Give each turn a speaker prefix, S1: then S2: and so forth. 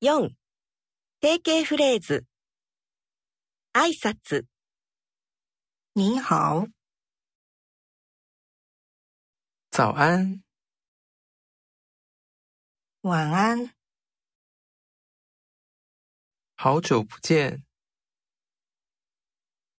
S1: 4. 定型フレーズ。挨拶、
S2: 您好，
S3: 早安，
S2: 晚安，
S3: 好久不见，